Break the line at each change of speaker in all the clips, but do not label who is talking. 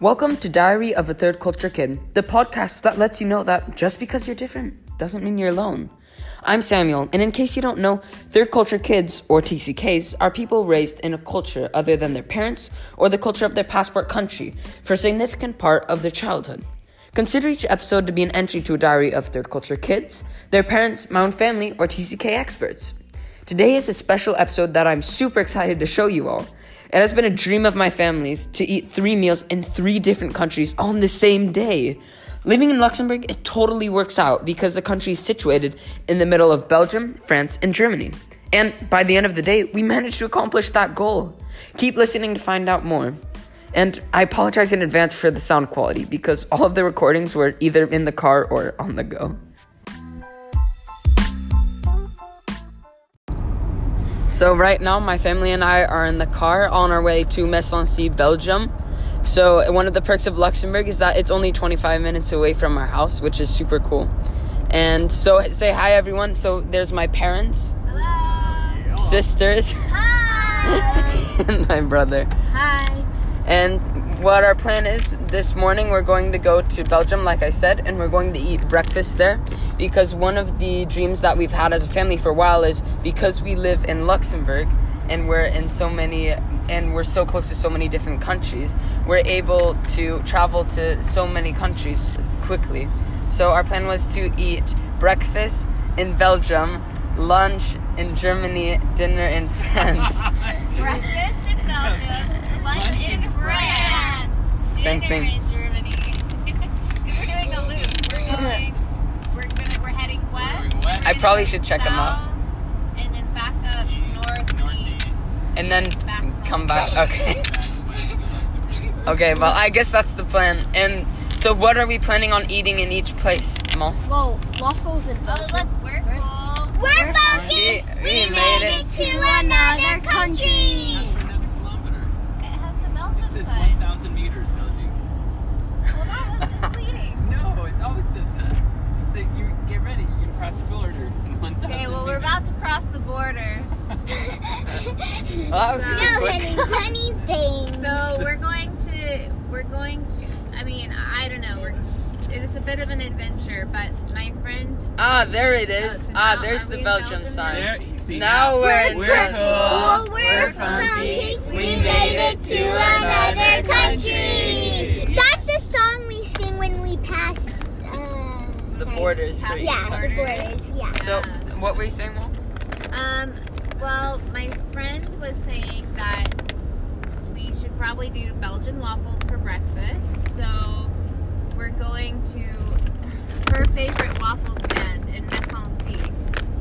Welcome to Diary of a Third Culture Kid, the podcast that lets you know that just because you're different doesn't mean you're alone. I'm Samuel, and in case you don't know, third culture kids, or TCKs, are people raised in a culture other than their parents or the culture of their passport country for a significant part of their childhood. Consider each episode to be an entry to a diary of third culture kids, their parents, my own family, or TCK experts. Today is a special episode that I'm super excited to show you all. It has been a dream of my family's to eat three meals in three different countries on the same day. Living in Luxembourg, it totally works out because the country is situated in the middle of Belgium, France, and Germany. And by the end of the day, we managed to accomplish that goal. Keep listening to find out more. And I apologize in advance for the sound quality because all of the recordings were either in the car or on the go. So right now, my family and I are in the car on our way to Messancy, Belgium. So one of the perks of Luxembourg is that it's only 25 minutes away from our house, which is super cool. And so say hi everyone. So there's my parents,
Hello.
sisters,
Hi.
and my brother.
Hi.
And what our plan is this morning, we're going to go to Belgium, like I said, and we're going to eat breakfast there because one of the dreams that we've had as a family for a while is because we live in Luxembourg and we're in so many and we're so close to so many different countries, we're able to travel to so many countries quickly. So our plan was to eat breakfast in Belgium, lunch in Germany, dinner in France.
Breakfast in Belgium, lunch in France,
Same
dinner
thing.
in Germany. 'Cause we're doing a loop. We're going. We're gonna. We're heading west.
Going west.
we're
I probably
going
should check 'em out.
south, And then back up northeast.
and then come back. Okay. Okay, well, I guess that's the plan. And so, what are we planning on eating in each place, Mo?
Whoa, waffles and
Oh look, we're
We're-
cool.
We're
fun.
We, we made it.
to another country.
It has the
It
Belgium
says
side.
1,000 meters, Belgium.
Well, that was misleading.
No, it always says that. It says you get ready, you can cross the border in 1,000
Okay, well we're
meters.
about to cross the border.
Well, that was really quick.
funny things.
So we're going to we're going to I mean, I don't know, we're it's a bit of an adventure, but my friend
Ah, there it
Oh,
is.
so
Ah,
now
there's the
are we in
Belgium
Belgium
sign.
There, you see,
Now we're in
we're
Belgium.
cool.
We're
funky.
funky.
We
made it to another country.
That's the song we sing when we pass. Uh,
The borders for
Happy
each.
yeah, the borders. Yeah.
So, what were you saying, Mo?
um well my friend was saying that we should probably do Belgian waffles for breakfast. So we're going to her favorite waffle stand in Messancy.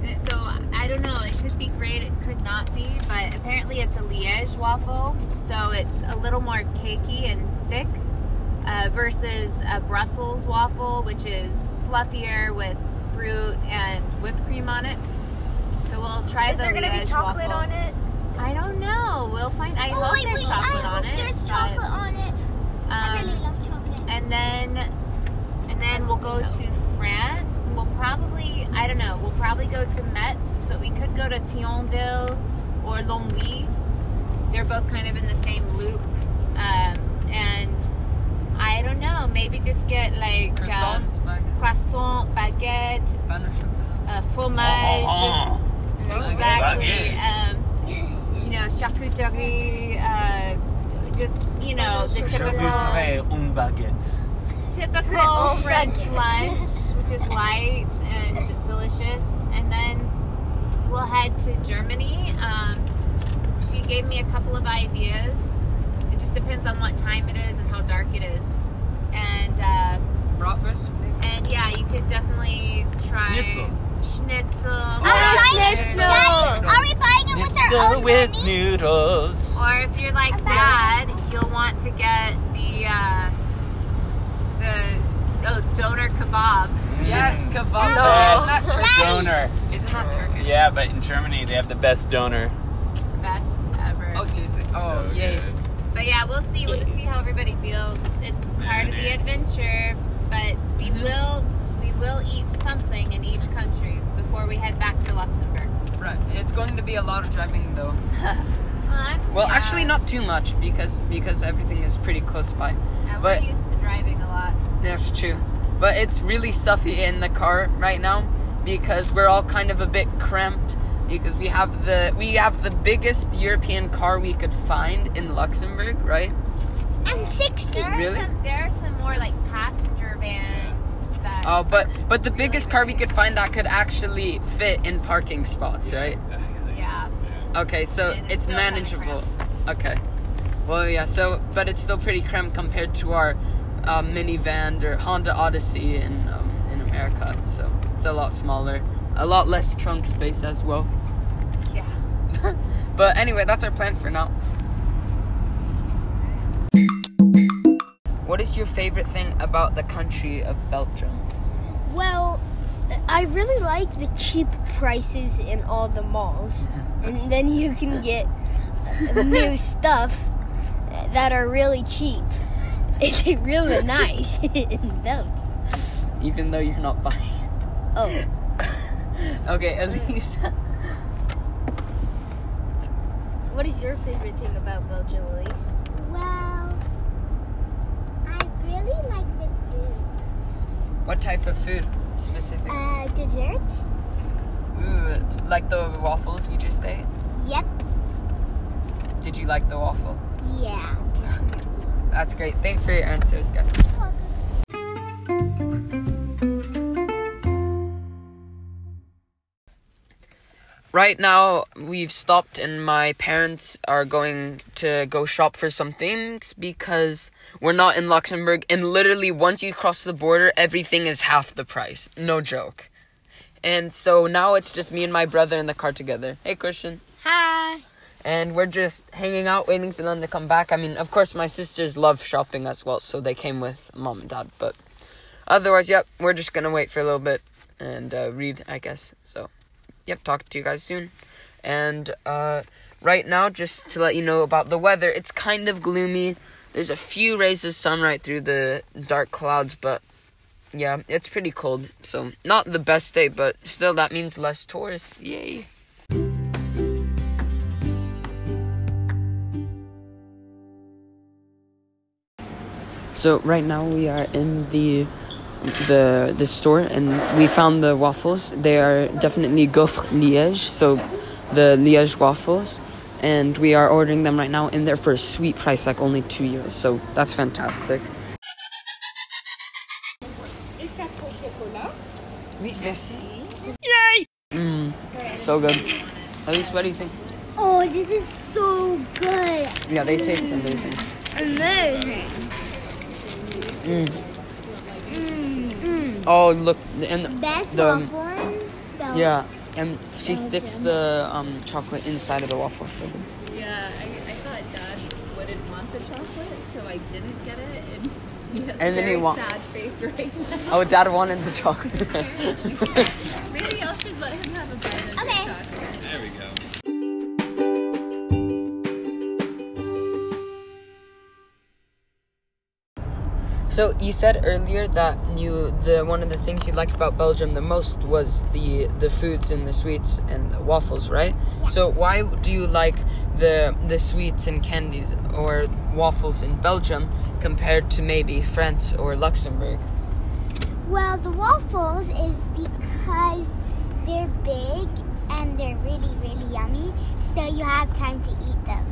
And So I don't know. It could be great. It could not be. But apparently it's a Liège waffle, so it's a little more cakey and thick uh, versus a Brussels waffle, which is fluffier with fruit and whipped cream on it. So we'll try
Is
the
there gonna be
Liège
chocolate
waffle.
on it?
I don't know. We'll find. I
oh,
hope
wait,
there's
wait,
chocolate
I
on
hope
it.
There's
but,
chocolate on it. I
um,
really love chocolate.
and then and then we'll go to France. We'll probably I don't know. We'll probably go to Metz, but we could go to Thionville or Longwy. They're both kind of in the same loop, um, and I don't know. Maybe just get like um,
Croissants, baguettes,
croissant, baguette,
pain au chocolat.
uh,
Oh,
fromage.
oh, oh.
Exactly.
Baguettes.
Um, you know, charcuterie. Uh, just you know the
Je
typical
voudrais une baguette.
typical French lunch, which is light and delicious. And then we'll head to Germany. Um, she gave me a couple of ideas. It just depends on what time it is and how dark it is. And uh,
Bratwurst, maybe?
and yeah, you could definitely try
Schnitzel.
schnitzel,
Oh,
Ah,
Are we buying it, Daddy?
schnitzel.
Are we buying it with our
Schnitzel
own
with
money?
noodles.
Or if you're like dad, you'll want to get the uh, the oh, doner kebab.
Yes, kebab.
Oh, Yes.
Isn't that
Donor.
Turkish? Mm. Isn't that Turkish?
Yeah, but in Germany they have the best donor.
best ever.
Oh, seriously. Oh,
so
yay.
good.
But yeah, we'll see. We'll see how everybody feels. It's part of the adventure, but we
Mm-hmm.
will we will eat something in each country before we head back to Luxembourg.
Right. It's going to be a lot of driving, though.
Well, luck.
Well,
yeah.
actually, not too much because because everything is pretty close by.
Yeah,
but-
we're used to driving a lot.
That's true. But it's really stuffy in the car right now because we're all kind of a bit cramped because we have the we have the biggest European car we could find in Luxembourg, right?
And 60.
There are
Really?
some. There are some more like passenger vans that.
Oh, but but the biggest car we could find that could actually fit in parking spots, right?
Exactly.
Yeah.
Okay, so
And it's
it's
still kinda
manageable. Okay. Well, yeah. So, but it's still pretty cramped compared to our uh, minivan or Honda Odyssey in um, in America. So it's a lot smaller, a lot less trunk space as well.
Yeah.
But anyway, that's our plan for now. What is your favorite thing about the country of Belgium?
Well, I really like the cheap prices in all the malls. And then you can get uh, new stuff that are really cheap. It's really nice in Belgium.
Even though you're not buying.
Oh,
Okay, Elisa.
what is your favorite thing about Belgium, Elise?
Well, I really like the food.
What type of food specifically?
Uh, desserts?
Ooh, like the waffles you just ate?
Yep.
Did you like the waffle?
Yeah.
That's great. Thanks for your answers, guys. Right now, we've stopped, and my parents are going to go shop for some things because we're not in Luxembourg. And literally, once you cross the border, everything is half the price. No joke. And so now it's just me and my brother in the car together. Hey, Christian.
Hi.
and we're just hanging out waiting for them to come back. I mean, of course, my sisters love shopping as well, so they came with mom and dad. But otherwise, yep, we're just gonna wait for a little bit and uh, read, I guess. So, yep, talk to you guys soon. And uh, right now, just to let you know about the weather, it's kind of gloomy. There's a few rays of sun right through the dark clouds, but yeah, it's pretty cold. So, not the best day, but still, that means less tourists. Yay! So right now we are in the the the store and we found the waffles. They are definitely gaufre Liège, so the Liège waffles, and we are ordering them right now. And they're for a sweet price, like only two euros. So that's fantastic. Oui, merci. Yay! Mm, so good. At least, what do you think?
Oh, this is so good.
Yeah, they taste amazing.
Amazing.
Oh, look, and
Best
The-
waffle in Belgium.
Yeah, and she sticks the um, chocolate inside of the waffle.
Yeah, I, I thought Dad wouldn't want the chocolate, so I didn't get it, and he has
And
a
then
very
he wa-
sad face right now.
Oh, Dad wanted the chocolate.
Maybe I should let him have a bite of
Okay.
the chocolate.
There we go.
so you said earlier that you the one of the things you liked about Belgium the most was the the foods and the sweets and the waffles, right? So why do you like the the sweets and candies or waffles in Belgium compared to maybe France or Luxembourg?
Well, the waffles is because they're big and they're really, really yummy, so you have time to eat them.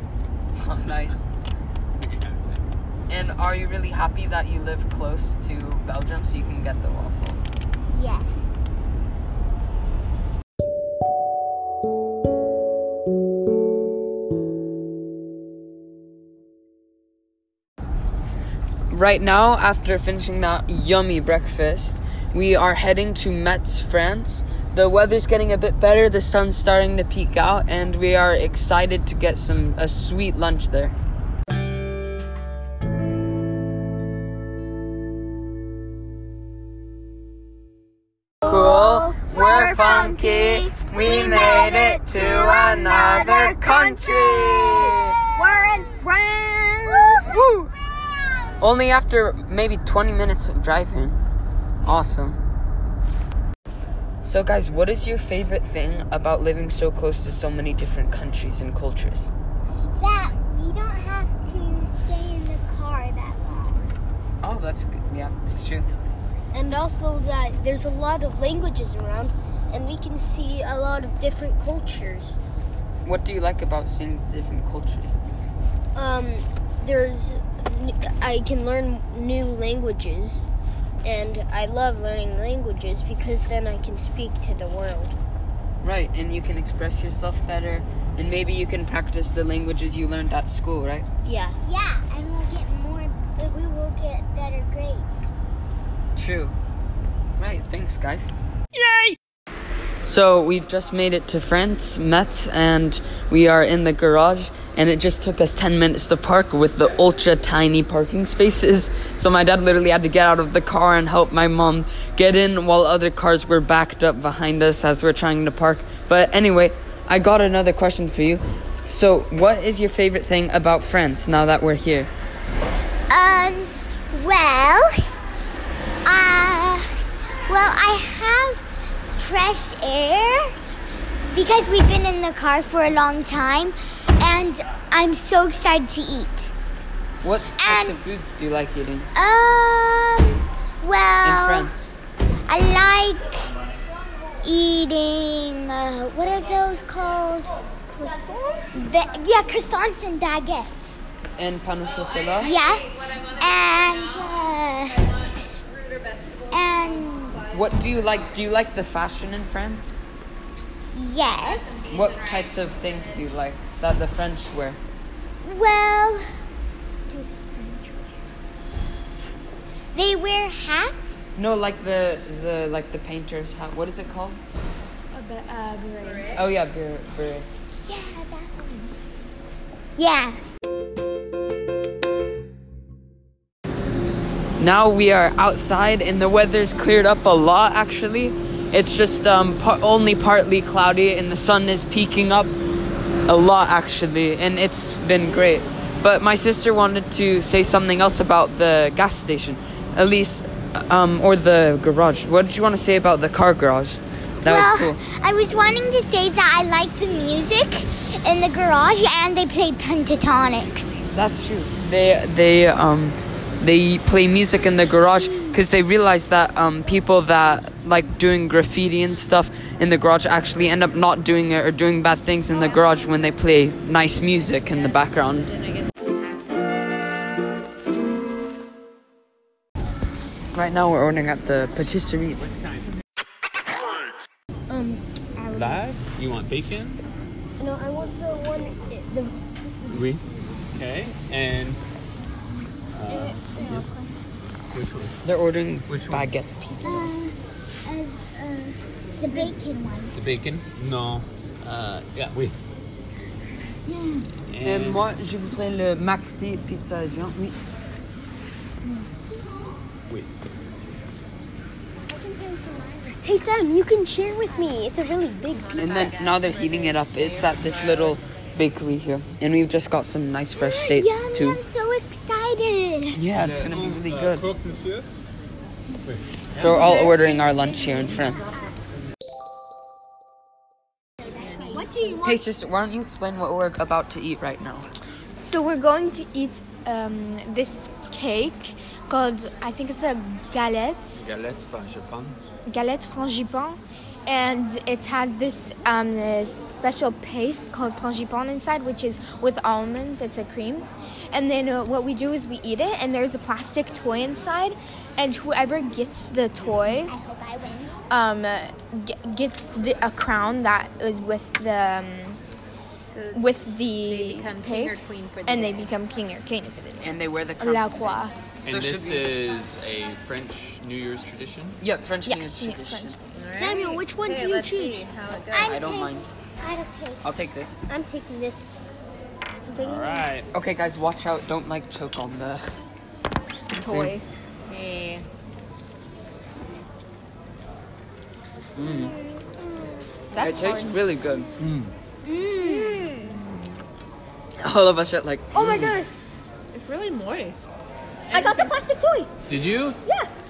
Oh, nice.
So we have time.
And are you really happy that you live close to Belgium so you can get the waffles?
Yes.
Right now, after finishing that yummy breakfast, we are heading to Metz, France. The weather's getting a bit better, the sun's starting to peek out, and we are excited to get some a sweet lunch there. Cool, we're funky, we made it to another country.
We're in France.
Woo! Only after maybe 20 minutes of driving. Awesome. So, guys, what is your favorite thing about living so close to so many different countries and cultures? Oh, that's good. Yeah, it's true.
and also that there's a lot of languages around and we can see a lot of different cultures
What do you like about seeing different cultures?
um, there's i can learn new languages and i love learning languages because then i can speak to the world
Right, and you can express yourself better, and maybe you can practice the languages you learned at school, right?
yeah
Yeah, and we'll get more, but we will get better grades.
True. Right, thanks, guys. Yay! So, we've just made it to France, Metz, and we are in the garage. And it just took us 10 minutes to park with the ultra tiny parking spaces. So, my dad literally had to get out of the car and help my mom get in while other cars were backed up behind us as we're trying to park. But anyway, I got another question for you. So, what is your favorite thing about France now that we're here?
Um, well, uh, well, I have fresh air because we've been in the car for a long time, and I'm so excited to eat.
What types of
And-
foods do you like eating in
Um, well,
France?
I like eating. Uh, what are those called? Croissants. yeah, croissants and baguettes.
And pan au chocolat?
Yeah. And uh, and
What do you like? Do you like the fashion in France?
yes.
What types of things do you like that the French wear?
Well, do the French wear? They wear hats.
No, like the the like the painters. How, what is it called? Oh yeah, beret. beret.
Yeah, that one. Yeah.
Now we are outside and the weather's cleared up a lot. Actually, it's just um, par- only partly cloudy and the sun is peeking up a lot actually, and it's been great. But my sister wanted to say something else about the gas station, Elise, um, or the garage. What did you want to say about the car garage? That was
well,
cool.
I was wanting to say that I liked the music in the garage, and they played pentatonics.
That's true. They they um they play music in the garage because they realize that um people that like doing graffiti and stuff in the garage actually end up not doing it or doing bad things in the garage when they play nice music in the background. Right now we're ordering at the patisserie.
Live? You want bacon?
no i want the one the
We. Okay. And. Which one?
They're ordering
Which one?
baguette pizzas.
As, uh, the bacon one.
The bacon? No. Uh, yeah, we.
Et moi, je voudrais le maxi pizza géant. Oui.
we.
hey sam you can share with me it's a really big
And then now they're heating it up. It's at this little bakery here, and we've just got some nice fresh dates
Yummy,
too.
I'm so excited.
Yeah, it's gonna be really good.
Oh, uh, Cooked and soup?
So we're all ordering our lunch here in France.
what do you want
Hey sister, why don't you explain what we're about to eat right now?
So we're going to eat um, this cake called I think it's a galette,
Galette from Japan.
galette frangipane, and it has this um, uh, special paste called frangipane inside, which is with almonds. It's a cream, and then uh, what we do is we eat it, and there's a plastic toy inside, and whoever gets the toy
I hope I win.
um, uh, g- gets the, a crown that is with the. Um,
So
with the
They become
cake,
king or queen for the
and they
day.
become king or queen for the day.
And they wear the
La croix.
So should
And this
we-
is a French New Year's tradition.
yeah, French New Year's
Yes, yeah,
tradition.
French.
Samuel, which one do you
let's
choose?
see how it goes.
I'm
I don't
taking-
mind.
I don't take.
I'll take this.
i'm taking this
Uh,
All right.
Okay, guys, watch out. Don't like choke on the.
Toy.
Okay.
it tastes really good.
Mm.
Mm.
All of us are like,
oh my god
It's really moist.
i got the plastic toy
Did you?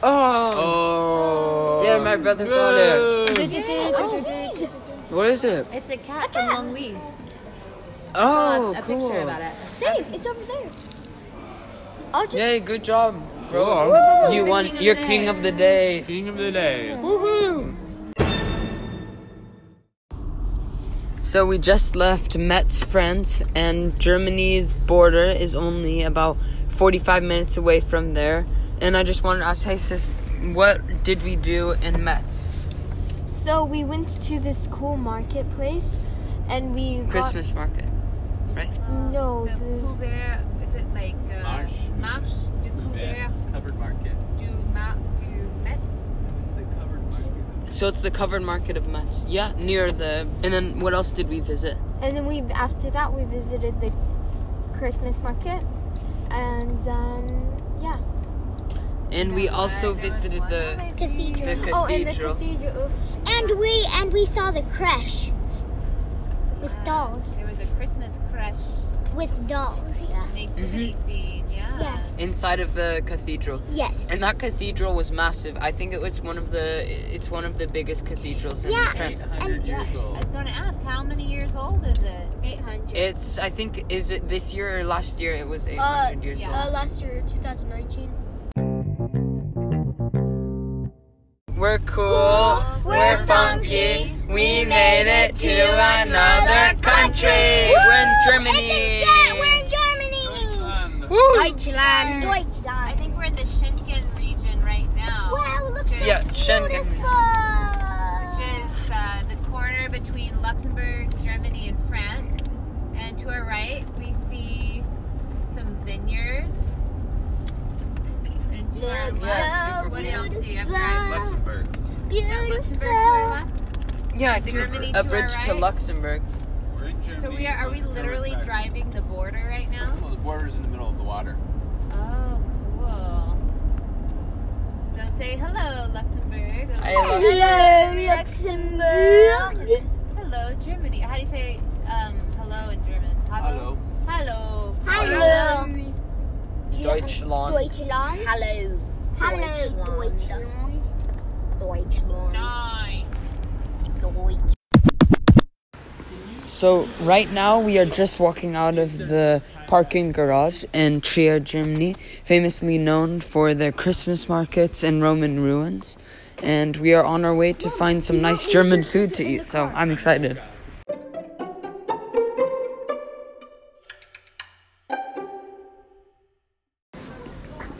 oh,
Oh.
yeah, my brother got it.
what's these
What is it?
It's a cat from Long Wee.
Oh,
a
cool.
picture about it.
Same, it's over there.
Yay, good job.
Bro,
You won.
king of
You're
the
king
day.
of the day.
king of the day.
Woohoo! So we just left Metz, France, and Germany's border is only about 45 minutes away from there. And I just wanted to ask, hey sis, what did we do in Metz?
So we went to this cool marketplace, and we got-
Christmas market, right?
no,
The
the-
Couvert, is it like uh,
Marche.
Marche du Couvert
Covered market.
du, Ma- du Metz?
It was the covered market.
So it's the covered market of Metz. Yeah, near the. And then what else did we visit?
and then we after that we visited the Christmas market, and um, yeah.
And we also visited the
Cathedral.
the
Oh, and the
cathedral.
cathedral.
And we and we saw the crush with dolls.
There was a Christmas crush
With dolls, yeah.
Mm-hmm.
nativity scene, yeah.
Yeah.
Inside of the cathedral.
Yes.
And that cathedral was massive. I think it was one of the it's one of the biggest cathedrals in
Yeah.
France.
800 years
I
old.
was going to ask, how many years old is it?
Uh,
800.
It's I think is it this year or last year it was 800 years
yeah.
Uh, last year, 2019.
old. We're cool. We're funky. We made it to another country. We're in Germany.
Yeah, we're in Germany.
Um,
Woo!
Deutschland.
I
Deutschland.
think we're in the Schengen region right now.
Wow, look so
Yeah, Schengen.
beautiful.
which is uh, the corner between Luxembourg, Germany, and France. And to our right, we see some vineyards. And to our
Look
left,
how
what do y'all see? I'm
beautiful.
sorry.
Luxembourg.
Not Luxembourg to our left.
Beautiful.
Yeah, I think
Germany
it's a
to our
bridge to
right.
Luxembourg.
We're in Germany.
So we are, are we
We're
literally
back.
driving the border right now?
Well, the border's in the middle of the water.
Oh, cool. So say hello, Luxembourg.
I love-
Hello, Luxembourg.
Hello, Germany. How do you say um, hello in German?
Hello.
Hello.
Hello.
Deutschland.
Deutschland.
Hello,
Hello, Deutschland.
Deutschland,
Nice.
Deutschland.
So right now we are just walking out of the parking garage in Trier, Germany, famously known for their Christmas markets and Roman ruins. And we are on our way to find some nice German food to eat, so I'm excited.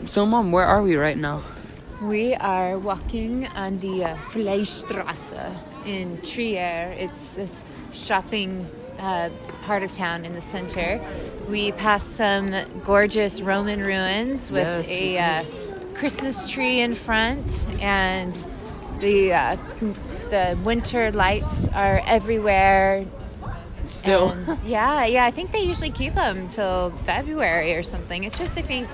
So mom, where are we right now?
We are walking on the uh, Fleischstrasse in Trier. It's this shopping uh, part of town in the center. We passed some gorgeous Roman ruins with
Yes,
a uh, Christmas tree in front, and the uh, the winter lights are everywhere.
Still.
And- Um, yeah, yeah. I think they usually keep them till February or something. It's just I think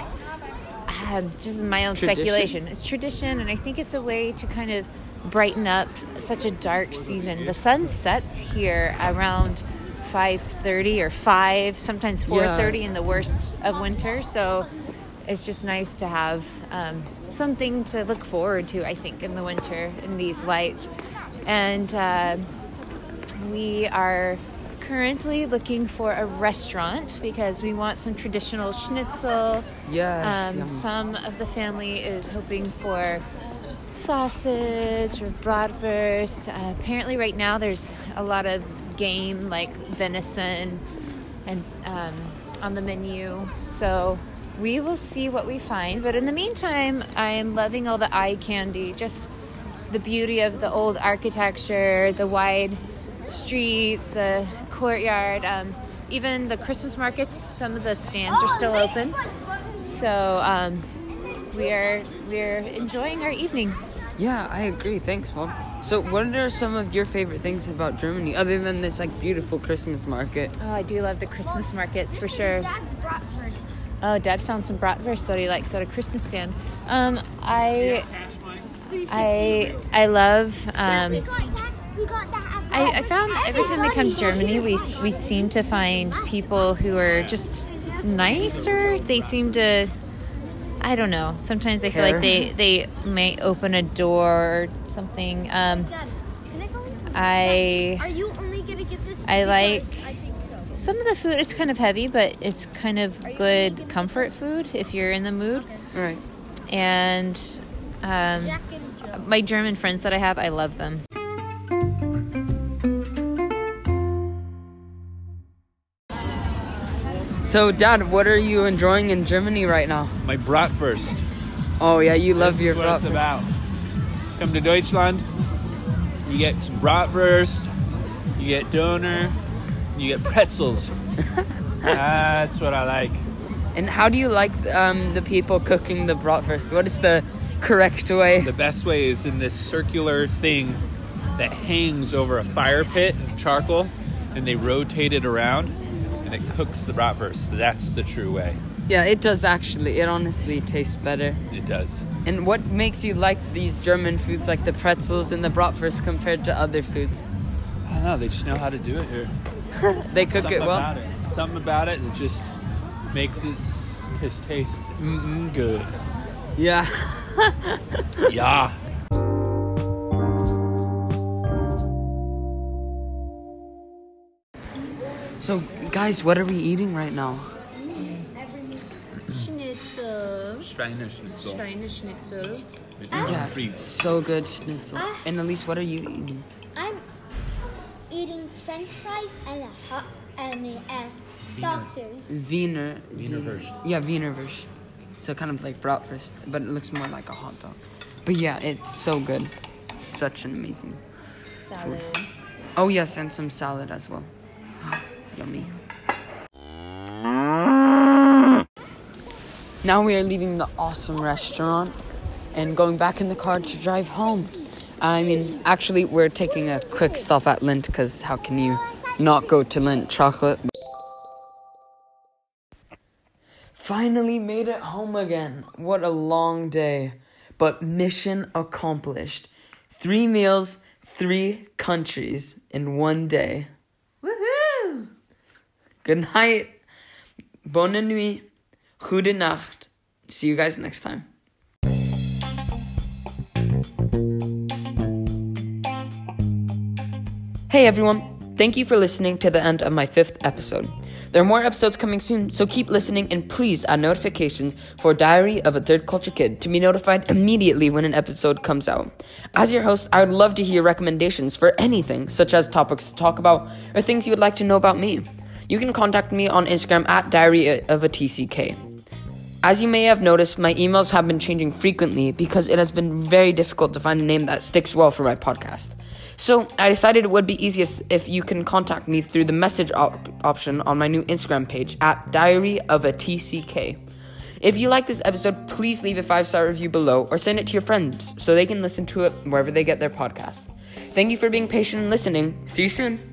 um, just my
Tradition?
own speculation. It's tradition, and I think it's a way to kind of brighten up such a dark season. The sun sets here around 5:30 or 5, sometimes 4:30 in the worst of winter. So it's just nice to have um, something to look forward to. I think in the winter in these lights, and uh, we are. Currently looking for a restaurant because we want some traditional schnitzel
Yes.
um,
yum.
some of the family is hoping for sausage or bratwurst. Uh, apparently, right now there's a lot of game like venison and um, on the menu. So we will see what we find. But in the meantime, I am loving all the eye candy. Just the beauty of the old architecture, the wide streets, the courtyard. Um, even the Christmas markets, some of the stands are still open. So um, we are we're enjoying our evening.
Yeah, I agree. Thanks, Mom. So, what are some of your favorite things about Germany, other than this like beautiful Christmas market?
Oh, I do love the Christmas markets for sure.
That's bratwurst.
Oh, Dad found some bratwurst that he likes at a Christmas stand. Um, I I I love. Um,
we got that. We got that. at
I, I found
bratwurst.
every time we come to Germany, we we seem to find people who are just nicer. They seem to, I don't know. Sometimes I feel
Care.
like they they may open a door or something. Um,
Dad, can I go in?
I
Are you only gonna get this?
I like-
Because I think so.
Some of the food it's kind of heavy, but it's kind of
you gonna give
good
me
comfort food if you're in the mood.
All right.
and um, my German friends that I have, I love them.
So, Dad, what are you enjoying in Germany right now?
My bratwurst.
Oh yeah, you love your
what it's
bratwurst.
about. Come to Deutschland, you get some bratwurst, you get doner, you get pretzels. That's what I like.
And how do you like um, the people cooking the bratwurst? What is the correct way?
The best way is in this circular thing that hangs over a fire pit of charcoal, and they rotate it around, and it cooks the bratwurst. That's the true way.
Yeah, it does actually. It honestly tastes better.
It does.
And what makes you like these German foods, like the pretzels and the bratwurst, compared to other foods?
I don't know. They just know how to do it here.
They cook
Something
it well.
About it. Something about it that just makes it s- just taste mm-mm good.
Yeah.
Yeah.
So, guys, what are we eating right now?
Schnitzel.
Schweine Schnitzel.
Schweine Schnitzel.
Yeah, so good schnitzel. And Elise, what are you eating?
I'm eating French fries and a hot and a and sausage.
Wiener. Wiener
Wienerwurst.
Yeah, Wienerwurst. So kind of like bratwurst, but it looks more like a hot dog. But yeah, it's so good. Such an amazing salad. Oh yes, and some salad as well. Ah, Yummy. Now we are leaving the awesome restaurant and going back in the car to drive home. I mean, actually, we're taking a quick stop at Lint because how can you not go to Lint chocolate? Finally made it home again. What a long day. But mission accomplished. Three meals, three countries in one day.
Woohoo!
Good night. Bonne nuit. Gute Nacht. See you guys next time. Hey everyone, thank you for listening to the end of my fifth episode. There are more episodes coming soon, so keep listening and please add notifications for Diary of a Third Culture Kid to be notified immediately when an episode comes out. As your host, I would love to hear recommendations for anything, such as topics to talk about or things you would like to know about me. You can contact me on Instagram at Diary of a TCK. As you may have noticed, my emails have been changing frequently because it has been very difficult to find a name that sticks well for my podcast. So I decided it would be easiest if you can contact me through the message op- option on my new Instagram page at Diary of a TCK. If you like this episode, please leave a five star review below or send it to your friends so they can listen to it wherever they get their podcast. Thank you for being patient and listening. See you soon.